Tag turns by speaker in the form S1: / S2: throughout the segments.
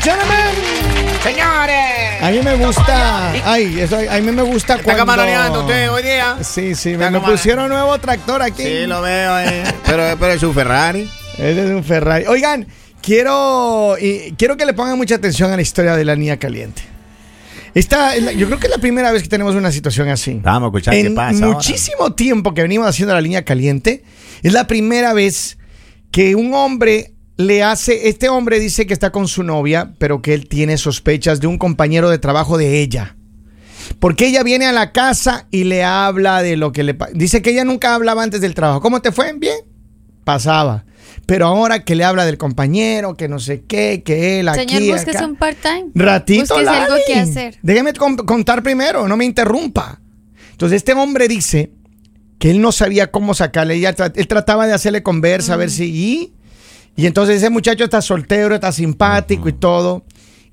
S1: gentlemen.
S2: Señores.
S1: A mí me gusta. Ay, eso, a mí me gusta
S2: Está
S1: cuando.
S2: camaroneando usted hoy día.
S1: Sí, sí,
S2: Está
S1: me, me
S2: camar-
S1: pusieron nuevo tractor aquí.
S2: Sí, lo veo, eh. Pero, pero es un Ferrari.
S1: Ese es un Ferrari. Oigan, quiero, y quiero que le pongan mucha atención a la historia de la niña caliente. Esta, es la- yo creo que es la primera vez que tenemos una situación así.
S2: Vamos a escuchar
S1: en
S2: qué pasa ahora.
S1: muchísimo tiempo que venimos haciendo la línea caliente, es la primera vez que un hombre le hace, este hombre dice que está con su novia, pero que él tiene sospechas de un compañero de trabajo de ella. Porque ella viene a la casa y le habla de lo que le pa- dice que ella nunca hablaba antes del trabajo. ¿Cómo te fue? Bien. Pasaba. Pero ahora que le habla del compañero, que no sé qué, que él aquí
S3: Señor, búsquese
S1: acá.
S3: un part-time.
S1: Ratito,
S3: Búsquese algo
S1: Lali.
S3: Pues que hacer.
S1: Déjeme con- contar primero, no me interrumpa. Entonces, este hombre dice que él no sabía cómo sacarle. Ella tra- él trataba de hacerle conversa, a ver si. Y, y entonces ese muchacho está soltero, está simpático y todo.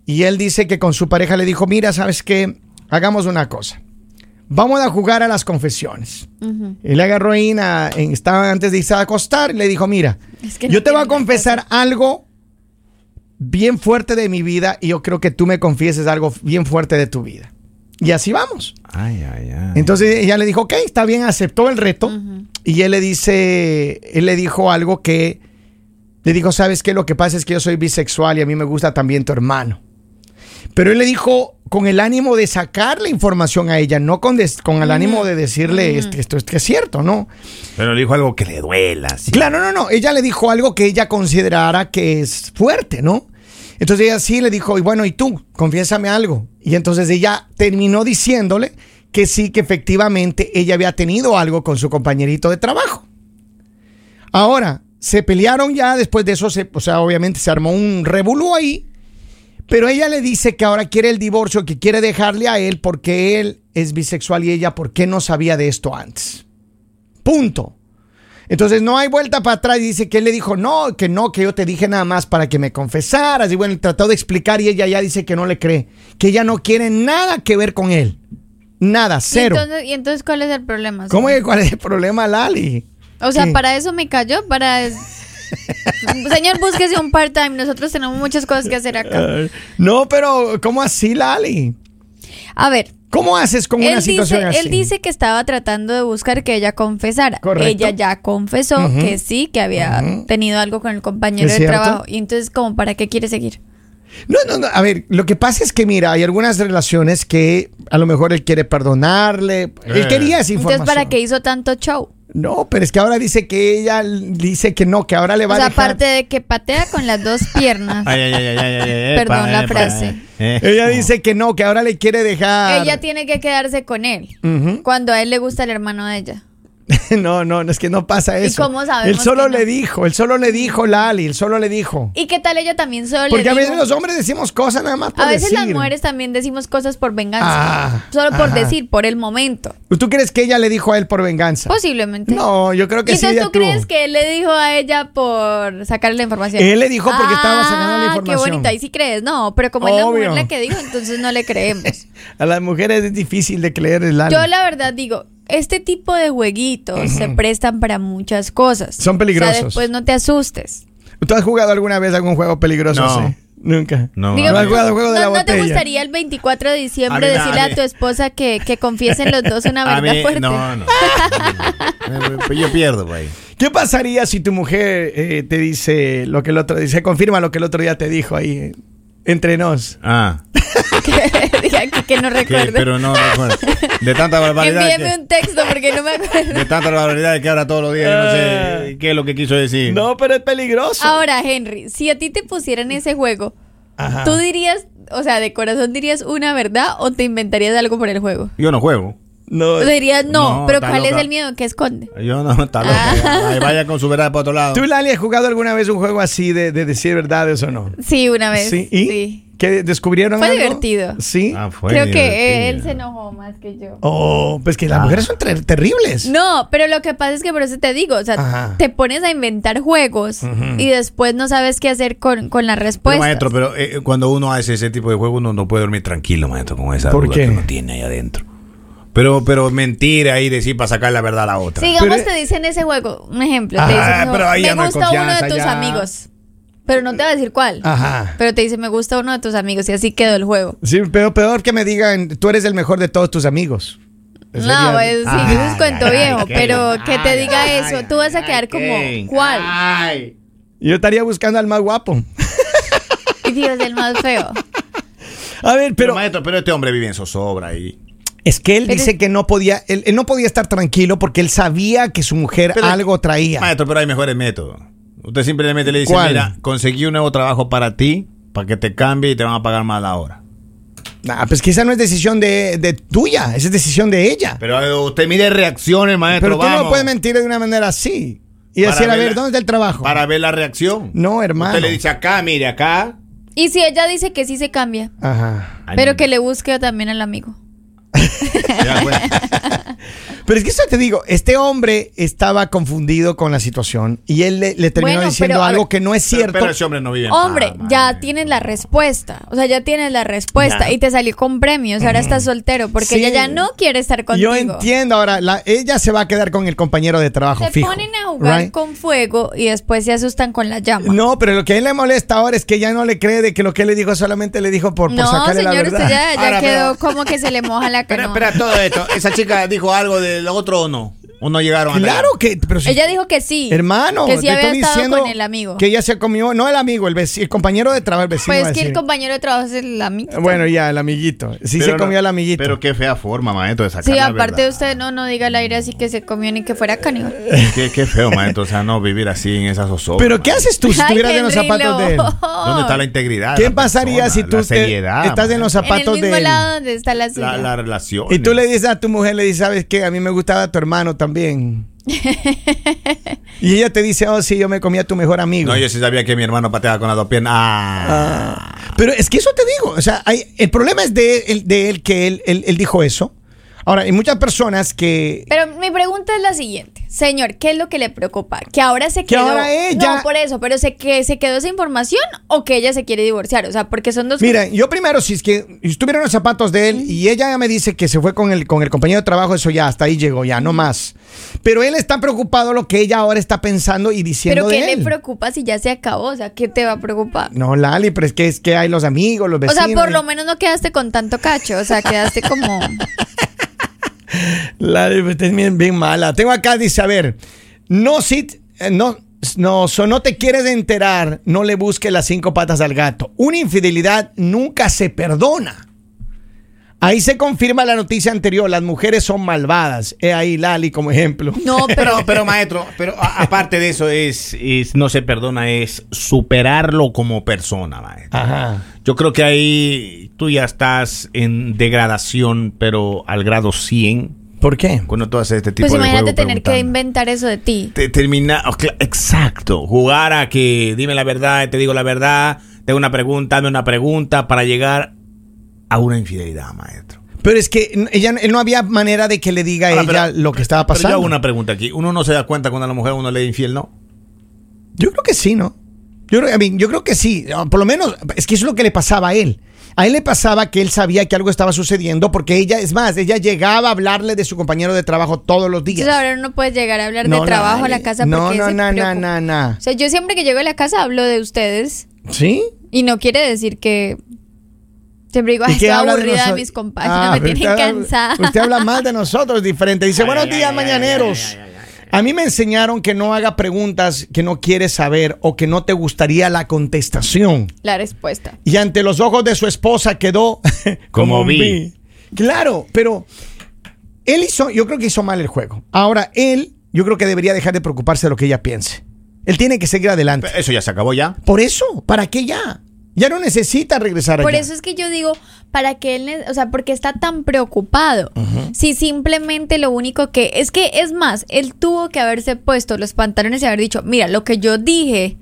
S1: Y él dice que con su pareja le dijo: Mira, ¿sabes qué? Hagamos una cosa. Vamos a jugar a las confesiones.
S3: Ujú.
S1: Él agarró a Ina, en- estaba antes de irse a acostar, y le dijo, mira,
S3: Es que
S1: yo
S3: no
S1: te voy a
S3: quiero
S1: confesar algo bien fuerte de mi vida y yo creo que tú me confieses algo bien fuerte de tu vida. Y así vamos.
S2: Ay, ay, ay.
S1: Entonces ella le dijo, ok, está bien, aceptó el reto. Y él le dice, él le dijo algo que, le dijo, ¿sabes qué? Lo que pasa es que yo soy bisexual y a mí me gusta también tu hermano. Pero él le dijo con el ánimo de sacar la información a ella, no con, des- con el ánimo de decirle "Es que esto es que es cierto, ¿no?
S2: Pero le dijo algo que le duela. sí.
S1: Claro, no, no. Ella le dijo algo que ella considerara que es fuerte, ¿no? Entonces ella sí le dijo, y bueno, ¿y tú? Confiésame algo. Y entonces ella terminó diciéndole que sí, que efectivamente ella había tenido algo con su compañerito de trabajo. Ahora, se pelearon ya después de eso, se- o sea, obviamente se armó un revolú ahí, pero ella le dice que ahora quiere el divorcio, que quiere dejarle a él porque él es bisexual y ella, ¿por qué no sabía de esto antes? Punto. Entonces no hay vuelta para atrás. Y dice que él le dijo, no, que no, que yo te dije nada más para que me confesaras. Y bueno, él trató de explicar y ella ya dice que no le cree, que ella no quiere nada que ver con él. Nada, cero.
S3: ¿Y entonces, y entonces cuál es el problema?
S1: ¿Cómo
S3: señor?
S1: que cuál es el problema, Lali?
S3: O sea,
S1: ¿Qué?
S3: para eso me cayó, para... Señor, búsquese un part-time. Nosotros tenemos muchas cosas que hacer acá.
S1: Eh, No, pero ¿cómo así, Lali?
S3: A ver,
S1: ¿Cómo haces con
S3: él
S1: una situación
S3: dice,
S1: así?
S3: él dice que estaba tratando de buscar que ella confesara.
S1: Correcto.
S3: Ella ya confesó
S1: Ujú.
S3: que sí, que había
S1: Ujú.
S3: tenido algo con el compañero
S1: ¿Es
S3: de
S1: cierto?
S3: trabajo. Y entonces, como ¿para qué quiere seguir?
S1: No, no, no. A ver, lo que pasa es que, mira, hay algunas relaciones que a lo mejor él quiere perdonarle. Él
S2: Eh.
S1: quería esa
S3: Entonces,
S1: información.
S3: ¿para qué hizo tanto show?
S1: No, pero es que ahora dice que ella l- dice que no, que ahora le va
S3: O sea,
S1: a dejar.
S3: aparte de que patea con las dos piernas.
S2: Ay, ay, ay, ay, ay, ay, ay,
S3: Perdón
S2: epa,
S3: la
S2: epa,
S3: frase.
S2: eh.
S1: Ella dice que no, que ahora le quiere dejar.
S3: Ella tiene que quedarse con él.
S1: Ujú.
S3: Cuando a él le gusta el hermano de ella.
S1: No, no, no, es que no pasa
S3: ¿Y
S1: eso.
S3: cómo sabemos
S1: Él solo
S3: que no?
S1: le dijo, él solo le dijo, Lali, él solo le dijo.
S3: ¿Y qué tal ella también solo? le
S1: Porque a
S3: dijo-
S1: veces los hombres decimos cosas nada más por
S3: A veces las
S1: decir.
S3: mujeres también decimos cosas por venganza.
S1: Ah,
S3: solo por
S1: ajá.
S3: decir, por el momento.
S1: ¿Tú crees que ella le dijo a él por venganza?
S3: Posiblemente.
S1: No, yo creo que
S3: Pues ¿Y
S1: sí.
S3: entonces
S1: ella
S3: tú crees
S1: tuvo.
S3: que él le dijo a ella por sacarle la información?
S1: Él le dijo porque estaba sacando la
S3: Ah,
S1: información.
S3: Qué bonito, ahí sí crees. No, pero como es la mujer
S1: Obvio.
S3: la que dijo, entonces no le creemos.
S1: A las mujeres es difícil de creer el
S3: Yo
S1: alma.
S3: la verdad digo, este tipo de jueguitos se prestan para muchas cosas.
S1: Son
S3: O
S1: peligrosos.
S3: sea, después no te asustes.
S1: ¿Tú has jugado alguna vez algún juego peligroso?
S2: No.
S1: así? Nunca.
S2: No,
S3: Digo,
S1: ¿No
S2: va.
S1: has jugado el juego de la
S3: ¿no- no te
S1: botella?
S3: gustaría el 24 de diciembre
S2: A mí no,
S3: decirle
S2: a
S3: a,
S2: mí-
S3: tu esposa que, que confiesen los dos una
S2: A
S3: verdad
S2: mí,
S3: fuerte?
S2: no, no. Pues Yo pierdo, güey.
S1: ¿Qué pasaría si tu mujer eh, te dice lo que el otro dice, confirma lo que el otro día te dijo ahí eh, entre nos?
S2: Ah,
S3: que, diga que- que no
S2: que,
S3: recuerdo.
S2: pero no recuerdo. De tanta barbaridad.
S3: Envíeme
S2: Que,
S3: un texto porque no me acuerdo.
S2: de tanta barbaridad que habla todos los días. yo No sé qué es lo que quiso decir.
S1: Ah. No, pero es peligroso.
S3: Ahora, Henry, si a ti te pusieran ese juego,
S2: Ah.
S1: Ajá.
S3: ¿tú dirías, o sea, de corazón dirías una verdad o te inventarías algo por el juego?
S2: Yo no juego.
S1: No,
S3: O sea, dirías no,
S2: No,
S3: pero
S2: está
S3: ¿cuál es
S2: loca.
S3: el miedo que esconde?
S2: Yo no, está loco.
S3: Ah.
S2: Ahí vaya con su verdad para otro lado.
S1: ¿Tú, Lali, has jugado alguna vez un juego así de, de decir verdades o no?
S3: Sí, una vez.
S1: ¿Sí? ¿Y? ¿Que descubrieron
S3: Fue
S1: algo?
S3: divertido.
S1: ¿Sí?
S2: Ah, fue
S3: Creo
S2: divertido.
S3: que él se enojó más que yo.
S1: Oh, pues que las
S2: Ah.
S1: mujeres son ter- terribles.
S3: No, pero lo que pasa es que por eso te digo, o sea,
S1: Ajá.
S3: te pones a inventar juegos y después no sabes qué hacer con, con la
S2: Pero,
S3: respuesta.
S2: maestro, pero eh, cuando uno hace ese tipo de juego, uno no puede dormir tranquilo, maestro, con esa
S1: ¿Por
S2: duda
S1: qué?
S2: que uno tiene ahí adentro. Pero, pero mentir ahí, decir para sacar la verdad a la otra.
S3: Sigamos,
S1: Pero-
S3: te dicen ese juego, un ejemplo.
S1: Ah,
S3: te dicen, no,
S2: pero ahí ya
S3: me
S2: no hay
S3: gusta uno de
S2: confianza,
S3: tus
S2: ya".
S3: amigos. Pero no te va a decir cuál.
S1: Ajá.
S3: Pero te dice, me gusta uno de tus amigos y así quedó el juego.
S1: Sí, pero peor que me digan, tú eres el mejor de todos tus amigos.
S3: No, pues, sí,
S2: Ay,
S3: eso es cuento
S2: ay,
S3: viejo,
S2: ay, qué-
S3: pero que te
S2: ay,
S3: diga
S2: ay,
S3: eso, tú vas a
S2: ay,
S3: quedar
S2: qué- Ah.
S3: como, ¿cuál?
S2: Ay.
S1: Yo estaría buscando al más guapo.
S3: Y Dios, el más feo.
S1: A ver,
S2: Pero,
S1: pero
S2: maestro, pero este hombre vive en zozobra ahí.
S1: es que él
S3: Pero-
S1: dice que no podía, él, él no podía estar tranquilo porque él sabía que su mujer
S2: Pero-
S1: algo traía.
S2: Maestro, pero hay mejores métodos. Usted simplemente le dice,
S1: ¿Cuál?
S2: mira, conseguí un nuevo trabajo para ti, para que te cambie y te van a pagar más la hora.
S1: Ah, pues que esa no es decisión de, de tuya, esa es decisión de ella. Pero,
S2: Pero eh, usted mide reacciones, maestro.
S1: tú no
S2: vamos.
S1: puedes mentir de una manera así y
S2: Para
S1: decir, a
S2: ver
S1: ver,
S2: la-
S1: ¿dónde está el trabajo?
S2: Para ver la reacción.
S1: No, hermano.
S2: Usted le dice acá, mire, acá.
S3: Y si ella dice que sí se cambia,
S1: Ajá.
S2: Ay,
S3: pero que le busque también al amigo.
S2: se da cuenta.
S1: Pero es que eso te digo, este hombre estaba confundido con la situación y él le, le terminó
S3: Bueno,
S1: diciendo
S3: pero, a
S1: algo
S3: ver-
S1: que no es
S2: pero,
S1: cierto.
S2: pero ese hombre no vive en eh.
S3: Hombre,
S2: Parma,
S3: ya
S2: maestro.
S3: tienes la respuesta. O sea, ya tienes la respuesta.
S2: Ya.
S3: Y te salió con premios. Ahora estás soltero porque
S1: Sí.
S3: ella ya no quiere estar contigo.
S1: Yo entiendo ahora, la- ella se va a quedar con el compañero de trabajo.
S3: Se
S1: fijo,
S3: ponen a jugar
S1: right?
S3: con fuego y después se asustan con la llama.
S1: No, pero lo que a él le molesta ahora es que ya no le cree de que lo que él le dijo solamente le dijo por, por
S3: No,
S1: sacarle la
S3: señor, usted
S1: verdad.
S3: ya, ya
S2: Ahora,
S3: quedó
S2: pero-
S3: como que se le moja la
S2: Espera,
S3: canoa.
S2: espera, todo esto. ¿Esa chica dijo algo del otro o no? ¿O no llegaron hasta
S1: Claro
S2: allá?
S1: que, pero si-
S3: Ella dijo que sí.
S1: hermano,
S3: que sí
S1: te
S3: había
S1: estoy
S3: estado
S1: diciendo
S3: con el amigo.
S1: que ella se comió, no el amigo, el, veci- el compañero de trabajo, el vecino.
S3: pues
S1: iba a
S3: que el
S1: decir.
S3: compañero de trabajo es el amigo.
S1: Bueno, ya, el amiguito. Sí
S2: Pero
S1: se
S2: no-
S1: comió al amiguito.
S2: Pero qué fea forma, maestro, de sacar
S3: Sí,
S2: la
S3: aparte
S2: verdad.
S3: usted no, no diga al aire así que se comió ni que fuera caníbal.
S2: Qué, qué feo, maestro. O sea, no vivir así en esas zozobra.
S1: Pero ¿qué
S2: maestro.
S1: haces tú si
S3: Ay,
S1: estuvieras en los
S3: Henry
S1: zapatos de él?
S3: León.
S2: ¿Dónde está la integridad?
S1: ¿Qué
S2: la
S1: pasaría si
S2: persona,
S1: tú
S2: la
S1: te-
S2: seriedad,
S1: estás en los
S2: maestro?
S3: En el
S1: zapatos
S3: mismo
S1: de él?
S3: lado donde está la suya.
S2: La, la relación.
S1: Y tú le dices a tu mujer, le dices, ¿sabes qué? A mí me gustaba tu hermano también. y ella te dice, oh, sí, yo me comí a tu mejor amigo.
S2: No, yo sí sabía que mi hermano pateaba con las dos piernas. Ah.
S1: Ah, pero es que eso te digo. O sea, hay- el problema es de él, de él que él, él- él dijo eso. Ahora, hay muchas personas que...
S3: Pero mi pregunta es la siguiente, señor, ¿qué es lo que le preocupa? Que ahora se
S1: Que
S3: quedó.
S1: ahora ella-
S3: No por eso, pero se que se quedó esa información o que ella se quiere divorciar, o sea, porque son dos.
S1: Mira, yo primero, si es que estuviera en los zapatos de él y ella ya me dice que se fue con el, con el compañero de trabajo, eso ya, hasta ahí llegó, ya, no más. Pero él está preocupado lo que ella ahora está pensando y diciendo
S3: pero
S1: de
S3: ¿qué le
S1: él.
S3: preocupa si ya se acabó? O sea, ¿qué te va a preocupar?
S1: No, Lali, pero es que, es que hay los amigos, los
S3: o
S1: vecinos.
S3: sea, por
S1: y-
S3: lo menos no quedaste con tanto cacho, o sea, quedaste como
S1: Lali, usted es bien, bien mala. Tengo acá, dice, a ver, no, si, eh, no, no, so no te quieres enterar, no le busques las cinco patas al gato. Una infidelidad nunca se perdona. Ahí se confirma la noticia anterior, las mujeres son malvadas. He ahí Lali como ejemplo.
S3: No, pero
S2: Pero, pero maestro, pero a- aparte de eso es, es- no se perdona, es superarlo como persona, maestro.
S1: Ajá.
S2: Yo creo que ahí tú ya estás en degradación, pero al grado 100,
S1: ¿Por qué?
S2: cuando tú haces este tipo
S3: pues
S2: de
S3: imagínate
S2: juego
S3: tener que
S2: preguntando.
S3: inventar eso de ti.
S2: Te- termina, oh, cla- exacto, jugar a que dime la verdad, te digo la verdad, te hago una pregunta, dame una pregunta para llegar a una infidelidad, maestro.
S1: Pero es que n- ella, él no había manera de que le diga a
S2: Ahora,
S1: ella
S2: pero-
S1: lo que estaba
S2: Pero yo
S1: pasando.
S2: hago una pregunta aquí, uno no se da cuenta cuando a la mujer uno le es infiel, ¿no?
S1: Yo creo que sí, ¿no? Yo, creo- I mean, yo creo que sí. Ah, Por lo menos, es que eso es lo que le pasaba a él. A él le pasaba que él sabía que algo estaba sucediendo porque ella, es más, ella llegaba a hablarle de su compañero de trabajo todos los días.
S3: Entonces ahora no puedes llegar a hablar
S1: No,
S3: de trabajo a la
S1: Lali.
S3: casa
S1: No,
S3: porque
S1: no,
S3: se
S1: no, no,
S3: preocupa.
S1: no, no.
S3: O sea, yo siempre que llego a la casa hablo de ustedes.
S1: ¿Sí?
S3: Y no quiere decir que. Siempre digo, "Ay,
S1: ¿Y qué
S3: estoy
S1: habla de
S3: aburrida de,
S1: nosotros?
S3: mis compañeros,
S1: Ah,
S3: me tienen
S1: usted habla-
S3: cansada.
S1: Usted habla más de nosotros diferente. Dice,
S2: Ay,
S1: buenos
S2: ay,
S1: días,
S2: ay,
S1: mañaneros.
S2: ay, ay, ay, ay,
S1: A mí me enseñaron que no haga preguntas que no quieres saber o que no te gustaría la contestación.
S3: La respuesta.
S1: y ante los ojos de su esposa quedó
S2: Como
S1: un
S2: vi.
S1: Claro, pero él hizo, yo creo que hizo mal el juego. Ahora, él, yo creo que debería dejar de preocuparse de lo que ella piense. Él tiene que seguir adelante.
S2: Pero Eso ya se acabó ya.
S1: Por eso, ¿para qué ya? Ya no necesita regresar
S3: Por
S1: allá.
S3: eso es que yo digo, para que él, ne- o sea, porque está tan preocupado. Si simplemente lo único que es que es más, él tuvo que haberse puesto los pantalones y haber dicho, mira, lo que yo dije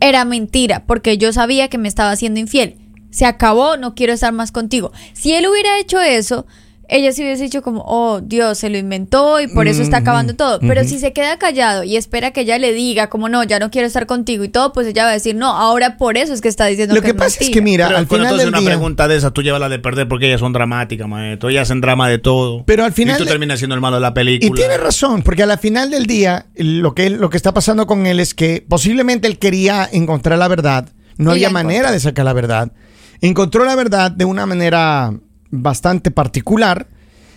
S3: era mentira, porque yo sabía que me estaba haciendo infiel. Se acabó, no quiero estar más contigo. Si él hubiera hecho eso, ella sí hubiese dicho como, oh Dios, se lo inventó y por eso está acabando todo. Pero si se queda callado y espera que ella le diga como, no, ya no quiero estar contigo y todo, pues ella va a decir, no, ahora por eso es que está diciendo
S1: Lo que pasa es que,
S3: mentira".
S1: mira,
S2: Pero
S1: al
S2: cuando
S1: final
S2: tú haces
S1: del
S2: una
S1: día.
S2: pregunta de esas, tú llevas la de perder porque ellas son dramáticas, maestro. Ellas hacen drama de todo.
S1: Pero al final
S2: Y tú
S1: de-
S2: terminas siendo el malo de la
S1: Y
S2: película.
S1: tiene razón, porque a la final del día lo que, lo que está pasando con él es que posiblemente él quería encontrar la verdad, no
S3: Y
S1: había
S3: la
S1: manera de sacar la verdad. Encontró la verdad de una manera bastante particular,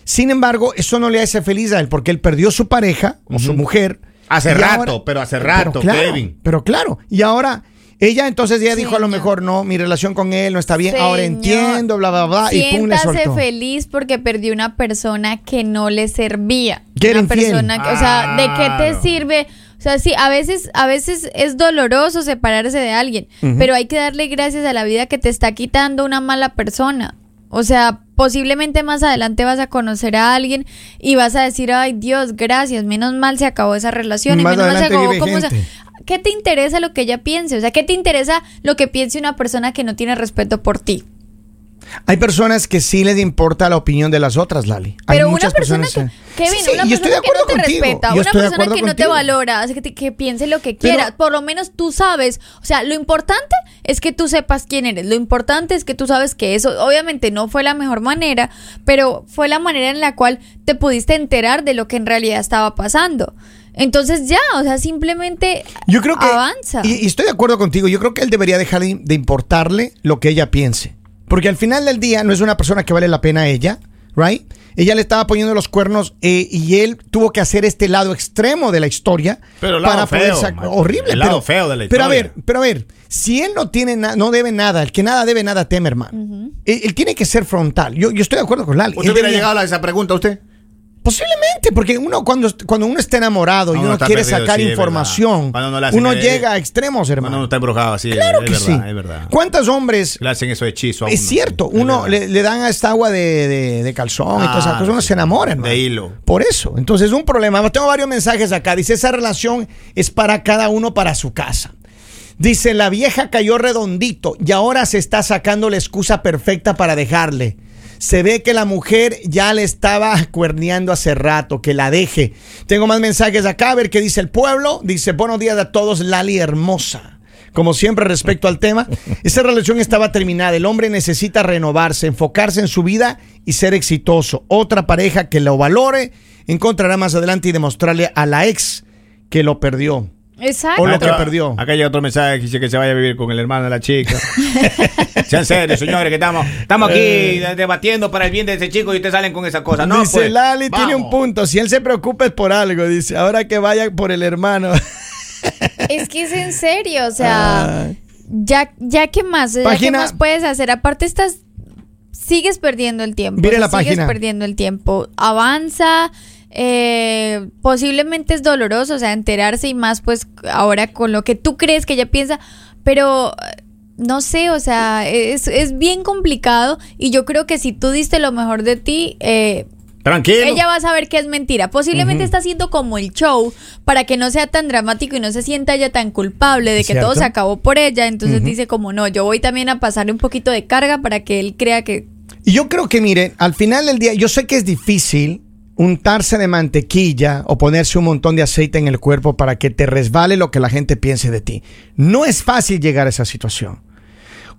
S1: sin embargo, eso no le hace feliz a él, porque él perdió su pareja o su mujer.
S2: Hace
S1: y
S2: rato, pero hace rato,
S1: pero claro,
S2: Kevin.
S1: Pero claro, y ahora... Ella entonces ya dijo a lo
S3: Señor.
S1: mejor no, mi relación con él no está bien, ahora
S3: Señor,
S1: entiendo, bla bla bla y pum le
S3: siéntase
S1: soltó.
S3: feliz porque perdió una persona que no le servía.
S1: Que era
S3: una
S1: infiel.
S3: persona, que- o sea, ¿de qué
S2: Claro.
S3: te sirve? O sea, sí, a veces, a veces es doloroso separarse de alguien, pero hay que darle gracias a la vida que te está quitando una mala persona. O sea, posiblemente más adelante vas a conocer a alguien y vas a decir, ay Dios, gracias, menos mal se acabó esa relación y
S1: Más
S3: menos mal se
S1: adelante
S3: acabó
S1: vive
S3: como se-
S1: gente.
S3: ¿Qué te interesa lo que ella piense? O sea, ¿qué te interesa lo que piense una persona que no tiene respeto por ti?
S1: Hay personas que sí les importa la opinión de las otras, Lali. Hay
S3: Pero una
S1: muchas
S3: persona que, Kevin,
S1: Sí, sí,
S3: una
S1: y estoy de
S3: persona que no
S1: acuerdo
S3: te
S1: contigo.
S3: respeta,
S1: Yo
S3: una
S1: estoy de
S3: persona que
S1: acuerdo
S3: no te
S1: contigo.
S3: valora, hace que, te- que piense lo que
S1: Pero-
S3: quieras, por lo menos tú sabes, o sea, lo importante es que tú sepas quién eres, lo importante es que tú sabes que eso obviamente no fue la mejor manera, pero fue la manera en la cual te pudiste enterar de lo que en realidad estaba pasando. Entonces ya, o sea, simplemente
S1: Yo creo que.
S3: avanza.
S1: Y, y estoy de acuerdo contigo. Yo creo que él debería dejar de, de importarle lo que ella piense. Porque al final del día no es una persona que vale la pena a ella, ¿right? Ella le estaba poniendo los cuernos eh, y él tuvo que hacer este lado extremo de la historia
S2: Pero el lado feo,
S1: sac-
S2: macho.
S1: horrible.
S2: El lado
S1: pero-
S2: feo de la
S1: Pero a
S2: historia.
S1: ver, pero a ver, si él no tiene na- no debe nada, el que nada debe nada teme, hermano. él, él tiene que ser frontal. Yo, yo estoy de acuerdo con Lali.
S2: ¿Usted
S1: Él
S2: hubiera
S1: debería-
S2: llegado a esa pregunta usted?
S1: Posiblemente, porque uno cuando, cuando uno está enamorado y
S2: Uno
S1: uno
S2: está
S1: quiere
S2: perdido,
S1: sacar
S2: sí, es
S1: información,
S2: verdad. Cuando no le hacen
S1: uno
S2: el-
S1: llega a extremos,
S2: Cuando uno
S1: hermano.
S2: está embrujado así.
S1: Claro
S2: es
S1: que
S2: verdad,
S1: sí.
S2: Es verdad.
S1: ¿Cuántos hombres
S2: Le hacen esos hechizos a
S1: es
S2: uno,
S1: cierto,
S2: sí, es
S1: uno
S2: verdad.
S1: le, le dan a esta agua de, de- de calzón y
S2: Ah,
S1: todas esas cosas, uno
S2: sí.
S1: se enamora, hermano.
S2: De hilo.
S1: Por eso. Entonces, un problema. Tengo varios mensajes acá. Dice: esa relación es para cada uno para su casa. Dice: la vieja cayó redondito y ahora se está sacando la excusa perfecta para dejarle. Se ve que la mujer ya le estaba cuerneando hace rato, que la deje. Tengo más mensajes acá, a ver qué dice el pueblo. Dice, buenos días a todos, Lali hermosa. Como siempre respecto al tema, esa relación estaba terminada. El hombre necesita renovarse, enfocarse en su vida y ser exitoso. Otra pareja que lo valore encontrará más adelante y demostrarle a la ex que lo perdió.
S3: Exacto.
S1: o lo
S2: Maestro,
S1: que perdió.
S2: Acá llega otro mensaje que dice que se vaya a vivir con el hermano de la chica. Sean serios, señores, que estamos, estamos aquí
S1: Eh.
S2: debatiendo para el bien de ese chico y ustedes salen con esa cosa. No,
S1: dice
S2: pues,
S1: Lali tiene
S2: vamos.
S1: un punto. Si él se preocupa es por algo. Dice, ahora que vaya por el hermano.
S3: Es que es en serio, o sea,
S1: Ay.
S3: ya, ya que más, ya que
S1: Ah. Página-
S3: más puedes hacer. Aparte estás, sigues perdiendo el tiempo.
S1: Mire
S3: o sea,
S1: la página.
S3: Sigues perdiendo el tiempo. Avanza. eh, posiblemente es doloroso, o sea, enterarse y más pues ahora con lo que tú crees que ella piensa, pero eh, no sé, o sea, es, es bien complicado y yo creo que si tú diste lo mejor de ti, eh,
S2: Tranquilo.
S3: ella va a saber que es mentira. Posiblemente está haciendo como el show para que no sea tan dramático y no se sienta ella tan culpable de que
S1: Cierto.
S3: todo se acabó por ella. Entonces dice como no, yo voy también a pasarle un poquito de carga para que él crea que...
S1: Y yo creo que, miren, al final del día, yo sé que es difícil untarse de mantequilla o ponerse un montón de aceite en el cuerpo para que te resbale lo que la gente piense de ti. No es fácil llegar a esa situación.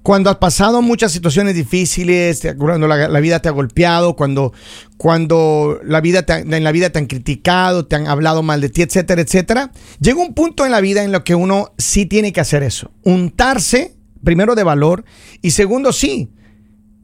S1: Cuando has pasado muchas situaciones difíciles, te- cuando la, la vida te ha golpeado, cuando, cuando la vida te ha- en la vida te han criticado, te han hablado mal de ti, etcétera, etcétera, llega un punto en la vida en lo que uno sí tiene que hacer eso. Untarse, primero de valor, y segundo, sí,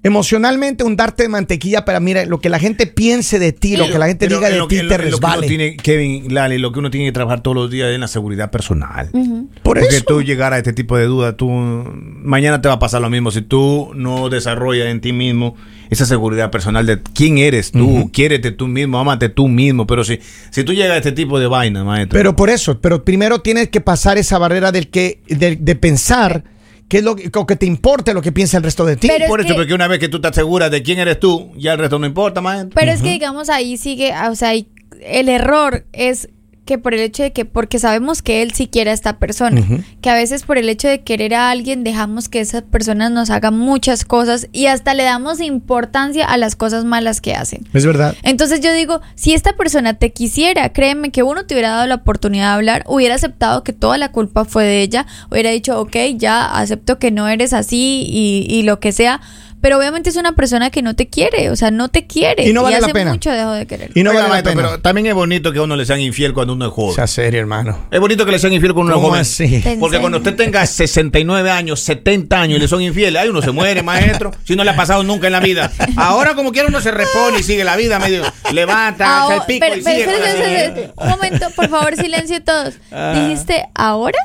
S1: Emocionalmente un darte de mantequilla para mira lo que la gente piense de ti, lo que la gente
S2: Pero
S1: diga
S2: en
S1: de
S2: lo-
S1: ti
S2: en lo-
S1: te
S2: en lo que uno
S1: resbale.
S2: tiene, Kevin, Lali, lo que uno tiene que trabajar todos los días es en la seguridad personal.
S1: Por
S2: Porque
S1: eso.
S2: tú llegar a este tipo de dudas, tú mañana te va a pasar lo mismo si tú no desarrollas en ti mismo esa seguridad personal de quién eres tú, quiérete tú mismo, ámate tú mismo, pero si si tú llegas a este tipo de vaina, maestro.
S1: Pero por eso, pero primero tienes que pasar esa barrera del que de, de pensar qué es lo que, lo que te importa lo que piensa el resto de ti.
S3: Pero-
S2: por
S3: es
S2: eso,
S3: que-
S2: porque una vez que tú te aseguras de quién eres tú, ya el resto no importa, maestro.
S3: Pero es que digamos ahí sigue, ah, o sea, ahí el error es que por el hecho de que, porque sabemos que él sí quiere a esta persona,
S1: Ujú.
S3: que a veces por el hecho de querer a alguien dejamos que esas personas nos hagan muchas cosas y hasta le damos importancia a las cosas malas que hacen.
S1: Es verdad.
S3: Entonces yo digo, si esta persona te quisiera, créeme que uno te hubiera dado la oportunidad de hablar, hubiera aceptado que toda la culpa fue de ella, hubiera dicho, ok, ya acepto que no eres así y, y lo que sea, pero obviamente es una persona que no te quiere, o sea, no te quiere.
S1: Y no vale la
S3: hace
S1: pena.
S3: mucho dejó de querer.
S1: Y no
S2: Oiga,
S1: vale la
S2: maestro,
S1: pena.
S2: Pero también es bonito que a uno le sean infiel cuando uno es joven.
S1: sea serio, hermano.
S2: es bonito que le sean infiel cuando uno es
S1: ¿Cómo
S2: joven.
S1: así?
S3: Te
S2: Porque cuando usted
S3: enseño.
S2: tenga 69 años, 70 años y le son infieles, ahí uno se muere, maestro, si no le ha pasado nunca en la vida. Ahora como quiera uno se repone y sigue la vida medio, levanta, alza
S3: Ahora-
S2: el pico
S3: Ah, oh, pero-
S2: y
S3: pero
S2: sigue con
S3: espera,
S2: la
S3: espera,
S2: señora.
S3: espera. un momento, por favor, silencio todos.
S1: Ah.
S3: ¿Dijiste ahora?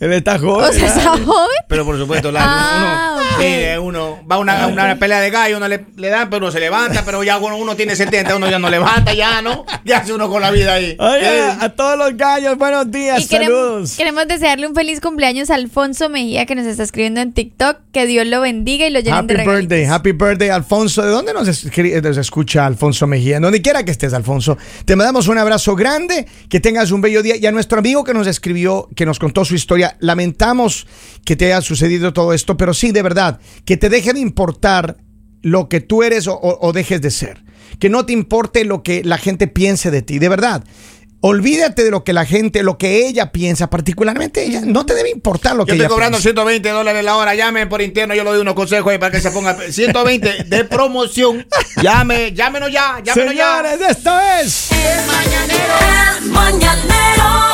S1: Él está
S3: O
S1: joven.
S3: sea, ¿está joven?
S2: Pero por supuesto, la-
S3: Ah,
S2: uno,
S3: ok. Ah,
S2: mire, uno va a una, a una pelea de gallo, uno le, le dan, pero uno se levanta, pero ya uno, uno tiene 70, uno ya no levanta, ya no, ya hace uno con la vida ahí.
S1: Oye,
S2: Eh,
S1: a todos los gallos, buenos días,
S3: Y queremos,
S1: saludos.
S3: queremos desearle un feliz cumpleaños a Alfonso Mejía que nos está escribiendo en TikTok. Que Dios lo bendiga y lo llene
S1: Happy
S3: de regalitos.
S1: birthday, happy birthday, Alfonso. ¿De dónde nos, escri- nos escucha Alfonso Mejía? En Donde quiera que estés, Alfonso. Te mandamos un abrazo grande, que tengas un bello día. Y a nuestro amigo que nos escribió, que nos contó su historia, lamentamos que te haya sucedido todo esto, pero sí, de verdad, que te deje de importar lo que tú eres o, o- o dejes de ser. Que no te importe lo que la gente piense de ti, de verdad. Olvídate de lo que la gente, lo que ella piensa, particularmente ella. No te debe importar lo que
S2: Yo estoy
S1: ella
S2: cobrando
S1: piensa.
S2: 120 dólares la hora. Llamen por interno, yo le doy unos consejos ahí para que se ponga 120 de promoción. Llame, llámenos ya, llámenos ya.
S1: Señores, esto es...
S4: El mañanero. El mañanero.